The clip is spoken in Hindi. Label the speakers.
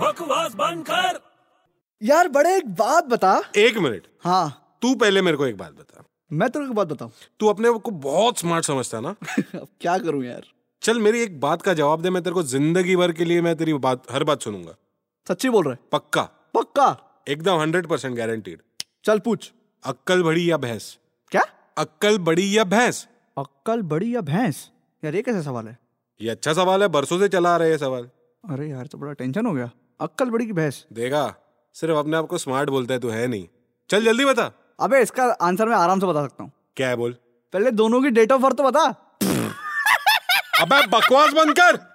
Speaker 1: बकवास बंद कर
Speaker 2: यार बड़े एक बात बता
Speaker 3: एक मिनट
Speaker 2: हाँ
Speaker 3: तू पहले मेरे को एक बात बता
Speaker 2: मैं तेरे को बात बताऊं
Speaker 3: तू अपने को बहुत स्मार्ट समझता है ना
Speaker 2: अब क्या करूं यार
Speaker 3: चल मेरी एक बात का जवाब दे मैं तेरे को जिंदगी भर के लिए मैं तेरी बात हर बात सुनूंगा
Speaker 2: सच्ची बोल रहे
Speaker 3: पक्का
Speaker 2: पक्का
Speaker 3: एकदम हंड्रेड परसेंट गारंटीड
Speaker 2: चल पूछ
Speaker 3: अक्कल बड़ी या भैंस
Speaker 2: क्या
Speaker 3: अक्कल बड़ी या भैंस
Speaker 2: अक्कल बड़ी या भैंस यार ये कैसा सवाल है
Speaker 3: ये अच्छा सवाल है बरसों से चला आ रहा है ये सवाल
Speaker 2: अरे यार तो बड़ा टेंशन हो गया अक्कल बड़ी की भैंस
Speaker 3: देखा सिर्फ अपने आप को स्मार्ट बोलता है तू है नहीं चल जल्दी बता
Speaker 2: अबे इसका आंसर मैं आराम से बता सकता हूँ
Speaker 3: क्या है बोल
Speaker 2: पहले दोनों की डेट ऑफ बर्थ तो बता
Speaker 3: अबे बकवास बंद कर